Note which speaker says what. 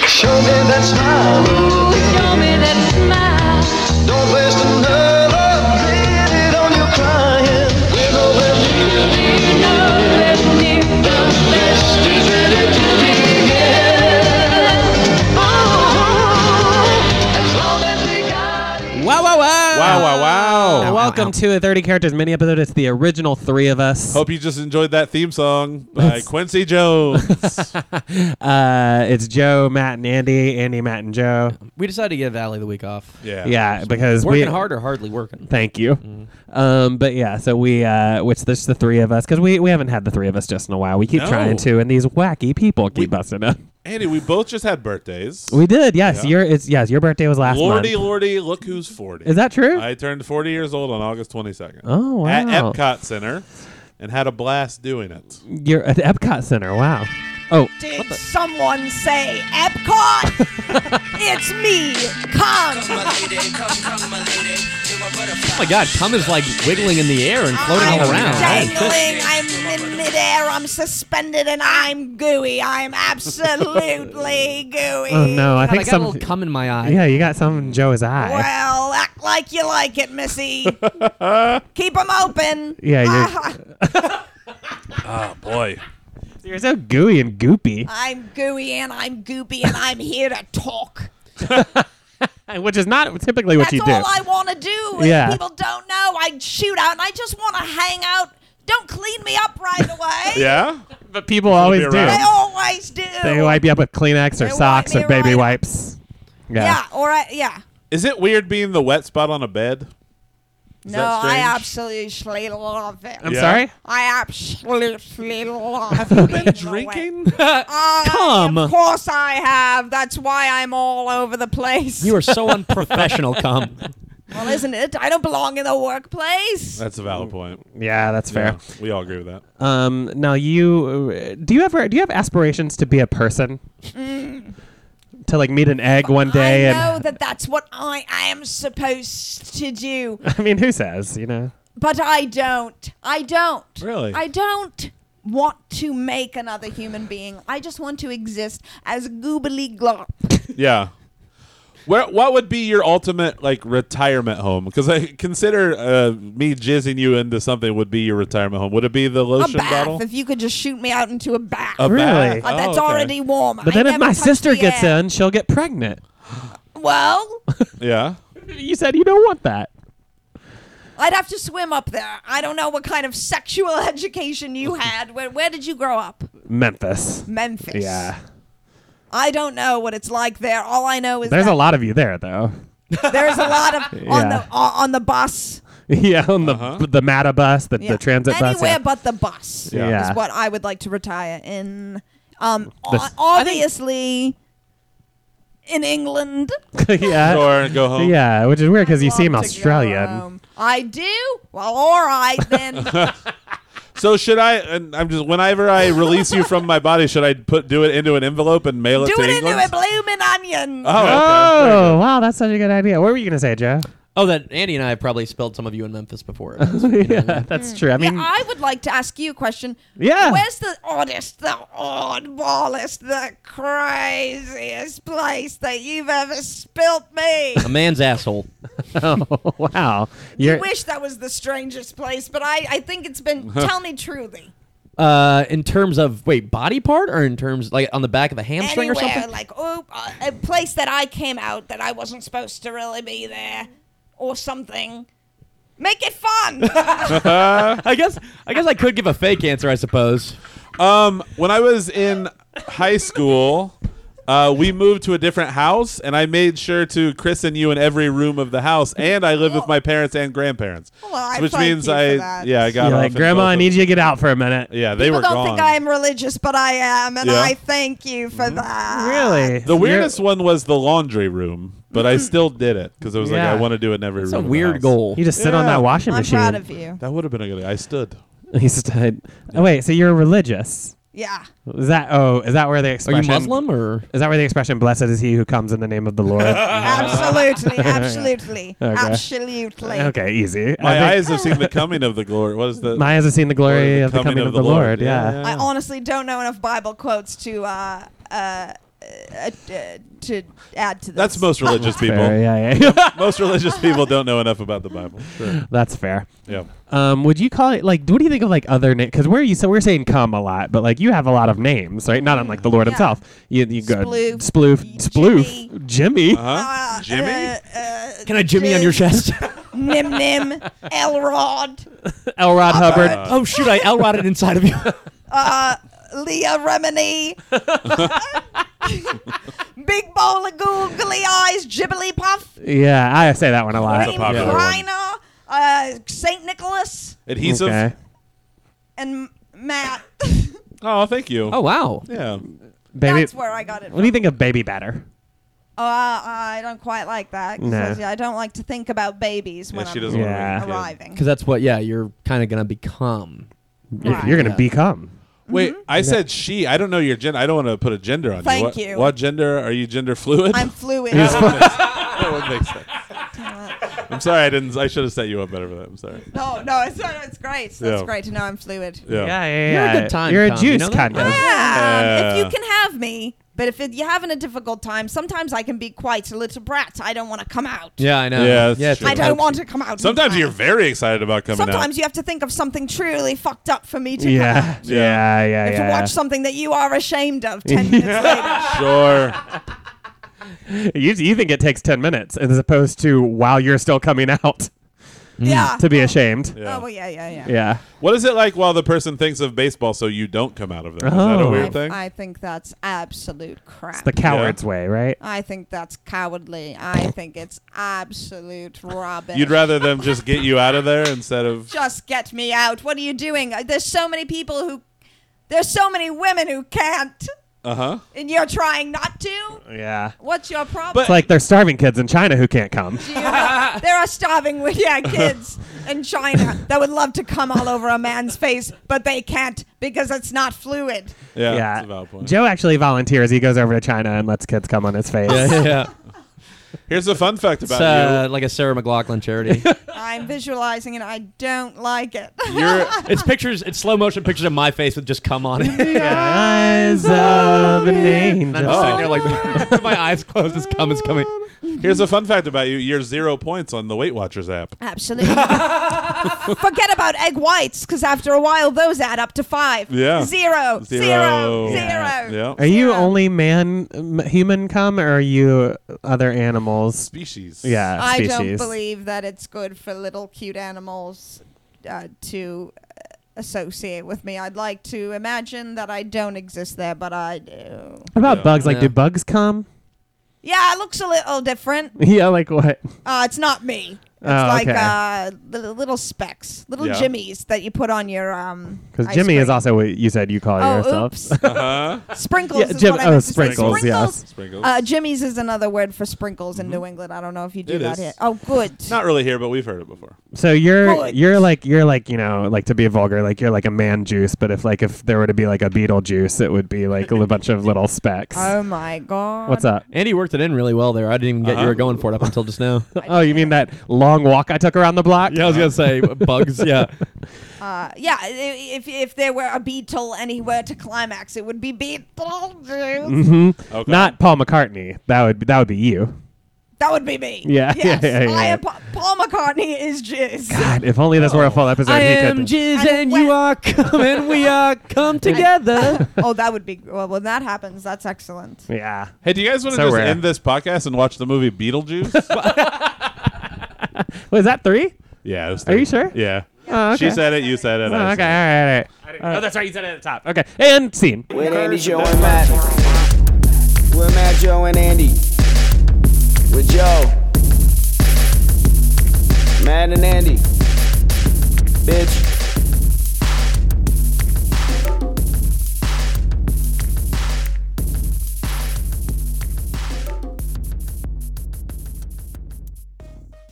Speaker 1: Show me that smile.
Speaker 2: Show me that smile.
Speaker 1: Don't waste another minute on your crying. We know that
Speaker 2: You know that we're the best we've ever been together. Oh, as long as we got each
Speaker 3: Wow, wow, wow.
Speaker 4: Wow, wow, wow.
Speaker 3: And Welcome to a 30 Characters mini episode. It's the original three of us.
Speaker 4: Hope you just enjoyed that theme song by Quincy Jones.
Speaker 3: Uh, it's Joe, Matt, and Andy. Andy, Matt, and Joe.
Speaker 5: We decided to give Allie the week off.
Speaker 4: yeah.
Speaker 3: Yeah, because
Speaker 5: Working
Speaker 3: we.
Speaker 5: hard or hardly working.
Speaker 3: Thank you.
Speaker 4: Mm-hmm.
Speaker 3: Um, but yeah, so we, uh, which there's the three of us, because we, we haven't had the three of us just in a while. We keep
Speaker 4: No.
Speaker 3: trying to, and these wacky people keep busting up.
Speaker 4: Andy, we both just had birthdays.
Speaker 3: We did, yes.
Speaker 4: Yeah.
Speaker 3: Your it's yes. Your birthday was last
Speaker 4: Lordy,
Speaker 3: month.
Speaker 4: lordy, look who's 40.
Speaker 3: Is that true?
Speaker 4: I turned 40 years old on August 22nd.
Speaker 3: oh wow.
Speaker 4: At Epcot Center and had a blast doing it.
Speaker 3: You're at the Epcot Center. Wow. Oh,
Speaker 6: Did someone say Epcot? it's me. Come.
Speaker 5: Oh my God, cum is like wiggling in the air and floating
Speaker 6: I'm
Speaker 5: all around.
Speaker 6: dangling. I'm in midair. I'm suspended, and I'm gooey. I'm absolutely gooey.
Speaker 3: oh no. I
Speaker 5: God, I
Speaker 3: think
Speaker 5: got a
Speaker 3: some.
Speaker 5: little cum in my eye.
Speaker 3: Yeah, you got some in Joe's eye.
Speaker 6: Well, act like you like it, Missy. Keep 'em open.
Speaker 3: Yeah,
Speaker 6: Ah,
Speaker 3: you're-
Speaker 4: Oh, boy.
Speaker 3: You're so gooey and goopy,
Speaker 6: I'm gooey and I'm goopy and I'm here to talk.
Speaker 3: which is not typically what
Speaker 6: That's
Speaker 3: you do.
Speaker 6: all I want to do. and
Speaker 3: Yeah.
Speaker 6: People don't know. I shoot out and I just want to hang out. Don't clean me up right away.
Speaker 4: Yeah?
Speaker 3: but people always do.
Speaker 4: around.
Speaker 6: They always do.
Speaker 3: They wipe you up with Kleenex or
Speaker 6: They wipe
Speaker 3: socks
Speaker 6: me
Speaker 3: or baby
Speaker 6: right up.
Speaker 3: wipes. Yeah.
Speaker 6: Yeah, or I, yeah.
Speaker 4: Is it weird being the wet spot on a bed? Is
Speaker 6: No,
Speaker 4: that
Speaker 6: I
Speaker 4: strange?
Speaker 6: absolutely love it.
Speaker 3: I'm
Speaker 4: Yeah.
Speaker 3: sorry.
Speaker 6: I absolutely love
Speaker 4: Have you been
Speaker 6: it.
Speaker 4: drinking?
Speaker 6: I-
Speaker 5: Come.
Speaker 6: Of course I have. That's why I'm all over the place.
Speaker 5: You are so unprofessional, cum.
Speaker 6: well, isn't it? I don't belong in the workplace.
Speaker 4: That's a valid point.
Speaker 3: Yeah, that's Mm. fair.
Speaker 4: Yeah, we all agree with that.
Speaker 3: Um, now you uh, do you ever do you have aspirations to be a person? To like meet an egg one day
Speaker 6: Mm. I know
Speaker 3: and
Speaker 6: that that's what I am supposed to do,
Speaker 3: I mean, who says, you know?
Speaker 6: but I don't. I don't.
Speaker 4: Really?
Speaker 6: I don't want to make another human being. I just want to exist as goobly glop.
Speaker 4: Yeah. Where, what would be your ultimate like retirement home? Because I consider uh, me jizzing you into something would be your retirement home. Would it be the
Speaker 6: A
Speaker 4: lotion
Speaker 6: bath.
Speaker 4: bottle?
Speaker 6: If you could just shoot me out into a bath.
Speaker 4: A
Speaker 3: Really?
Speaker 4: bath?
Speaker 6: Uh, that's
Speaker 4: Oh, okay.
Speaker 6: already warm.
Speaker 3: But
Speaker 6: I
Speaker 3: then if
Speaker 6: never
Speaker 3: my
Speaker 6: touch
Speaker 3: sister
Speaker 6: the
Speaker 3: gets
Speaker 6: air.
Speaker 3: in, she'll get pregnant.
Speaker 6: well,
Speaker 4: Yeah.
Speaker 3: You said you don't want that.
Speaker 6: I'd have to swim up there. I don't know what kind of sexual education you had. Where, where did you grow up?
Speaker 3: Memphis.
Speaker 6: Memphis.
Speaker 3: Yeah.
Speaker 6: I don't know what it's like there. All I know is
Speaker 3: There's
Speaker 6: that
Speaker 3: a lot of you there though.
Speaker 6: there's a lot of on the
Speaker 3: Yeah.
Speaker 6: on on the bus.
Speaker 3: yeah, on the
Speaker 4: Uh-huh.
Speaker 3: the MATA bus, the,
Speaker 6: Yeah.
Speaker 3: the transit
Speaker 6: anywhere
Speaker 3: bus. yeah.
Speaker 6: but the bus
Speaker 4: Yeah.
Speaker 3: Yeah.
Speaker 6: is what I would like to retire in. Um,
Speaker 3: The-
Speaker 6: o- obviously, in England.
Speaker 3: yeah.
Speaker 4: Sure, go home.
Speaker 3: Yeah, which is weird because you
Speaker 6: Love
Speaker 3: seem
Speaker 6: to go
Speaker 3: Australian.
Speaker 6: home. I do. Well, all right then.
Speaker 4: So should I? And I'm just whenever I release you from my body, should I put do it into an envelope and mail it
Speaker 6: do
Speaker 4: to
Speaker 6: it
Speaker 4: England?
Speaker 6: into a blooming onion.
Speaker 3: Uh,
Speaker 4: Oh, okay. Very
Speaker 3: Oh,
Speaker 4: good.
Speaker 3: wow, that's such a good idea. What were you gonna say, Joe?
Speaker 5: Oh, that Andy and I probably spelled some of you in Memphis before.
Speaker 3: yeah, that's true. I mean,
Speaker 6: yeah, I would like to ask you a question.
Speaker 3: Yeah.
Speaker 6: Where's the oddest, the oddballest, the craziest place that you've ever spilt me?
Speaker 5: A man's asshole.
Speaker 3: oh, wow,
Speaker 6: I
Speaker 3: you're
Speaker 6: wish that was the strangest place, but I, I think it's been. tell me truly.
Speaker 5: Uh, in terms of wait, body part or in terms like on the back of a hamstring
Speaker 6: Anywhere,
Speaker 5: or something?
Speaker 6: like oh, uh, a place that I came out that I wasn't supposed to really be there, or something. Make it fun.
Speaker 5: I guess I guess I could give a fake answer, I suppose.
Speaker 4: Um, when I was in high school, uh, we moved to a different house, and I made sure to christen you in every room of the house, and I lived with my parents and grandparents,
Speaker 6: Oh, Well, I
Speaker 4: which
Speaker 6: thank
Speaker 4: means
Speaker 6: you for
Speaker 4: I
Speaker 6: that.
Speaker 4: yeah I got
Speaker 3: you're
Speaker 4: off
Speaker 3: like
Speaker 4: in
Speaker 3: Grandma.
Speaker 4: both
Speaker 3: I
Speaker 4: of-
Speaker 3: need you to get out for a minute.
Speaker 4: Yeah, they
Speaker 6: People
Speaker 4: were
Speaker 6: don't
Speaker 4: gone.
Speaker 6: think I am religious, but I am, and
Speaker 4: Yeah. Mm-hmm.
Speaker 6: I thank you for that.
Speaker 3: Really,
Speaker 4: the weirdest one was the laundry room, but I still did it because it was
Speaker 3: Yeah.
Speaker 4: like I want to do it in every
Speaker 5: It's a
Speaker 4: room. of the
Speaker 5: weird
Speaker 4: house.
Speaker 5: goal.
Speaker 3: You just sit on
Speaker 4: Yeah.
Speaker 3: that washing
Speaker 6: I'm
Speaker 3: machine.
Speaker 6: proud of you.
Speaker 4: That would have been a good. idea. I stood.
Speaker 3: He stood. Oh, wait, so you're religious?
Speaker 6: Yeah.
Speaker 3: Is that oh? Is that where the
Speaker 5: Are you
Speaker 3: expression?
Speaker 5: Muslim or?
Speaker 3: Is that where the expression "Blessed is he who comes in the name of the Lord"?
Speaker 6: Absolutely, absolutely,
Speaker 3: Okay.
Speaker 6: absolutely.
Speaker 3: okay, easy. I
Speaker 4: My
Speaker 3: think-
Speaker 4: eyes have seen the coming of the glory. What is the?
Speaker 3: My eyes have seen the glory of the coming of the Lord. Yeah.
Speaker 6: I honestly don't know enough Bible quotes to uh, uh, uh, uh, to add to this.
Speaker 4: That's most religious people.
Speaker 3: Fair, yeah, yeah.
Speaker 4: Most religious people don't know enough about the Bible. Sure.
Speaker 3: That's fair.
Speaker 4: Yeah.
Speaker 3: Um, would you call it like? What do you think of like other names? Because we're you so we're saying cum a lot, but like you have a lot of names, right? Not unlike the Lord
Speaker 6: Yeah.
Speaker 3: himself. You you go
Speaker 6: Sploof,
Speaker 3: sploof, sploof, Jimmy.
Speaker 4: Huh?
Speaker 6: Uh,
Speaker 4: Jimmy?
Speaker 6: uh, uh,
Speaker 5: Can I Jimmy on your
Speaker 6: Jizz,
Speaker 5: chest?
Speaker 6: Nim Nim, Elrod,
Speaker 3: Elrod Hubbard.
Speaker 5: oh shoot! I elroded inside of you.
Speaker 6: uh, Leah Remini, Big Bowl of Ghoul, Googly Eyes, Jibbly Puff,
Speaker 3: Yeah, I say that one a lot.
Speaker 4: That's a
Speaker 6: Cream
Speaker 4: popular one.
Speaker 6: Griner, uh, St. Nicholas,
Speaker 4: Adhesive.
Speaker 3: Okay.
Speaker 6: and Matt.
Speaker 4: Oh, thank you.
Speaker 5: Oh wow!
Speaker 4: Yeah.
Speaker 3: Baby,
Speaker 6: That's where I got it
Speaker 3: what do you think of baby batter?
Speaker 6: Oh, I, I don't quite like that. 'cause
Speaker 3: Nah.
Speaker 6: I, I don't like to think about babies when
Speaker 4: Yeah,
Speaker 6: I'm
Speaker 4: she doesn't want
Speaker 3: Yeah.
Speaker 4: to be a kid.
Speaker 6: arriving.
Speaker 5: Because that's what. Yeah, you're kind of gonna become.
Speaker 3: You're,
Speaker 6: Right.
Speaker 3: you're gonna
Speaker 5: Yeah.
Speaker 3: become.
Speaker 4: Wait, I said she. I don't know your gender. I don't want to put a gender on
Speaker 6: Thank
Speaker 4: you. What,
Speaker 6: you.
Speaker 4: What gender are you? Gender fluid.
Speaker 6: I'm fluid. Oh,
Speaker 4: that would make sense. I'm sorry. I didn't. I should have set you up better for that. I'm sorry.
Speaker 6: no, no, it's, not, it's great. That's
Speaker 4: Yeah.
Speaker 6: great to know I'm fluid.
Speaker 4: Yeah.
Speaker 3: yeah,
Speaker 5: You're a good time,
Speaker 3: You're a
Speaker 5: Tom,
Speaker 3: juice
Speaker 5: you know that?
Speaker 3: kind
Speaker 5: Ah,
Speaker 3: of.
Speaker 6: Yeah,
Speaker 4: Yeah.
Speaker 6: if you can have me. But if it, you're having a difficult time, sometimes I can be quite a little brat. I don't want to come out.
Speaker 5: Yeah, I know.
Speaker 4: Yeah, that's
Speaker 5: yeah. it's
Speaker 4: true.
Speaker 6: I don't
Speaker 5: tough.
Speaker 6: want to come out.
Speaker 4: Sometimes
Speaker 6: in
Speaker 4: you're
Speaker 6: time.
Speaker 4: very excited about coming
Speaker 6: Sometimes
Speaker 4: out.
Speaker 6: you have to think of something truly fucked up for me to come
Speaker 3: Yeah,
Speaker 6: out.
Speaker 4: Yeah.
Speaker 3: yeah, yeah,
Speaker 6: If
Speaker 3: yeah.
Speaker 6: you watch something that you are ashamed of ten minutes later.
Speaker 4: Sure.
Speaker 6: Oh,
Speaker 3: you, you think it takes ten minutes as opposed to while you're still coming out
Speaker 6: Yeah.
Speaker 3: Mm, to be
Speaker 5: Uh-huh.
Speaker 3: ashamed.
Speaker 6: Oh well, yeah, yeah, yeah.
Speaker 3: Yeah.
Speaker 4: What is it like while the person thinks of baseball so you don't come out of there? Is that a
Speaker 3: Oh.
Speaker 4: weird
Speaker 6: I,
Speaker 4: thing?
Speaker 6: I think that's absolute crap.
Speaker 3: The coward's way, right?
Speaker 6: I think that's cowardly. I think it's absolute rubbish.
Speaker 4: You'd rather them just get you out of there instead of.
Speaker 6: just get me out. What are you doing? Uh, There's so many people who, there's so many women who can't,
Speaker 4: Uh huh.
Speaker 6: and you're trying not to.
Speaker 3: Yeah.
Speaker 6: What's your problem?
Speaker 4: But-
Speaker 3: It's like they're starving kids in China who can't come.
Speaker 6: there are starving with yeah kids in China that would love to come all over a man's face, but they can't because it's not fluid.
Speaker 4: Yeah.
Speaker 3: yeah.
Speaker 4: That's a valid point.
Speaker 3: Joe actually volunteers. He goes over to China and lets kids come on his face.
Speaker 5: Yeah, yeah.
Speaker 4: Here's a fun fact
Speaker 5: It's
Speaker 4: about
Speaker 5: uh, like a Sarah McLaughlin charity.
Speaker 6: I'm visualizing it. I don't like it.
Speaker 4: you. You're.
Speaker 5: it's pictures. It's slow motion pictures of my face with just cum on it.
Speaker 3: "Oh, Eyes of an
Speaker 5: And I'm
Speaker 3: angel.
Speaker 5: just sitting there like with my eyes closed. This cum is coming.
Speaker 4: Here's a fun fact about you. You're zero points on the Weight Watchers app.
Speaker 6: Absolutely. Forget about egg whites, because after a while, those add up to five.
Speaker 4: Yeah.
Speaker 6: Zero. Zero. Zero.
Speaker 4: Yeah.
Speaker 3: Are
Speaker 4: Oh. Yeah.
Speaker 3: you
Speaker 6: Zero.
Speaker 3: only man, m- human cum, or are you other animals?
Speaker 4: Species.
Speaker 3: Yeah,
Speaker 6: I
Speaker 3: species.
Speaker 6: don't believe that it's good for little cute animals uh, to uh, associate with me. I'd like to imagine that I don't exist there, but I do.
Speaker 3: What about
Speaker 4: Yeah.
Speaker 3: bugs? Like,
Speaker 5: Yeah.
Speaker 3: do bugs come?
Speaker 6: Yeah, it looks a little different.
Speaker 3: yeah, like what?
Speaker 6: Uh, it's not me. It's
Speaker 3: Oh,
Speaker 6: like
Speaker 3: okay.
Speaker 6: uh, little, little specks, little
Speaker 4: Yeah.
Speaker 6: jimmies that you put on your um.
Speaker 3: Because
Speaker 6: ice
Speaker 3: Jimmy is
Speaker 6: cream.
Speaker 3: also what you said you call
Speaker 6: Oh,
Speaker 3: yourself.
Speaker 6: oops.
Speaker 4: Uh-huh.
Speaker 6: sprinkles.
Speaker 3: Yeah,
Speaker 6: is
Speaker 3: Jim-
Speaker 6: what I
Speaker 3: oh,
Speaker 6: meant to say.
Speaker 3: sprinkles,
Speaker 6: Sprinkles.
Speaker 3: yes.
Speaker 4: Sprinkles.
Speaker 6: Uh, Jimmy's is another word for sprinkles in New England. I don't know if you do
Speaker 4: Mm-hmm. It is.
Speaker 6: that here. Oh, good.
Speaker 4: Not really here, but we've heard it before.
Speaker 3: So you're
Speaker 6: Bugs.
Speaker 3: you're like you're like you know like to be vulgar like you're like a man juice, but if like if there were to be like a beetle juice, it would be like a li- bunch of little specks.
Speaker 6: oh my god.
Speaker 3: What's up?
Speaker 5: Andy worked it in really well there. I didn't even get you
Speaker 4: Uh-huh.
Speaker 5: were going for it up until just now.
Speaker 3: Oh, you mean that long walk I took around the block?
Speaker 5: Yeah, I was gonna say bugs. Yeah,
Speaker 6: Uh, yeah, i- if if there were a beetle anywhere to climax, it would be Beetlejuice.
Speaker 3: Mm-hmm.
Speaker 4: Okay.
Speaker 3: Not Paul McCartney. That would be, that would be you.
Speaker 6: that would be me.
Speaker 3: Yeah,
Speaker 6: Yes.
Speaker 3: yeah, yeah,
Speaker 6: I
Speaker 3: yeah.
Speaker 6: am Pa- Paul McCartney is jizz.
Speaker 3: God, if only this were a full episode.
Speaker 5: I
Speaker 3: he
Speaker 5: am
Speaker 3: could-
Speaker 5: jizz
Speaker 6: And
Speaker 5: and
Speaker 6: when-
Speaker 5: you are come and we are come together.
Speaker 6: oh, that would be well. When that happens, that's excellent.
Speaker 3: yeah.
Speaker 4: Hey, do you guys want to
Speaker 3: So
Speaker 4: just
Speaker 3: rare.
Speaker 4: end this podcast and watch the movie Beetlejuice?
Speaker 3: Was that three?
Speaker 4: yeah. it was
Speaker 3: Are you
Speaker 4: three.
Speaker 3: sure?
Speaker 4: Yeah.
Speaker 3: Oh, okay.
Speaker 4: She said it. You said it.
Speaker 3: Oh,
Speaker 4: I
Speaker 3: okay.
Speaker 4: said it.
Speaker 3: All right. All right. oh, that's right. You said it at the top. Okay. And scene.
Speaker 1: With Andy, Joe, and Matt. With Matt, Joe, and Andy.